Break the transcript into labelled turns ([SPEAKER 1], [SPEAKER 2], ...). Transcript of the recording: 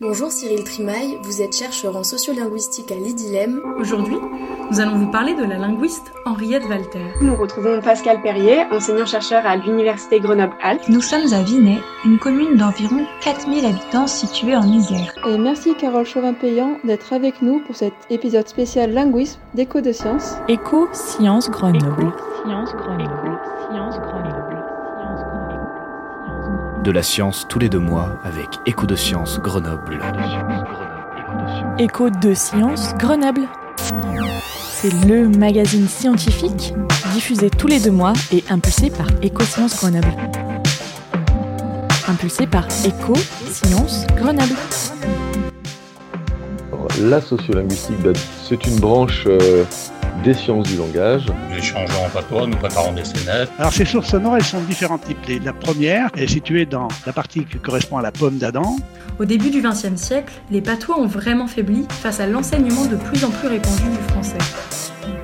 [SPEAKER 1] Bonjour Cyril Trimaille, vous êtes chercheur en sociolinguistique à l'IDILEM.
[SPEAKER 2] Aujourd'hui, nous allons vous parler de la linguiste Henriette Walter.
[SPEAKER 3] Nous retrouvons Pascal Perrier, enseignant-chercheur à l'Université Grenoble-Alpes.
[SPEAKER 4] Nous sommes à Vinay, une commune d'environ 4000 habitants située en Isère.
[SPEAKER 5] Et merci Carole Chauvin-Payan d'être avec nous pour cet épisode spécial linguisme d'Éco de Sciences.
[SPEAKER 6] Éco Sciences Grenoble.
[SPEAKER 7] Sciences Grenoble. Sciences Grenoble.
[SPEAKER 8] De la science tous les deux mois avec Écho de science Grenoble.
[SPEAKER 6] Écho de science Grenoble. C'est le magazine scientifique diffusé tous les deux mois et impulsé par Écho Science Grenoble. Impulsé par Écho Science Grenoble.
[SPEAKER 9] Alors, la sociolinguistique, bah, c'est une branche euh, des sciences du langage
[SPEAKER 10] Nous échangeons en patois, nous préparons des scénettes.
[SPEAKER 11] Alors ces sources sonores, elles sont de différents types. Les- La première est située dans la partie qui correspond à la pomme d'Adam.
[SPEAKER 2] Au début du XXe siècle, les patois ont vraiment faibli face à l'enseignement de plus en plus répandu du français.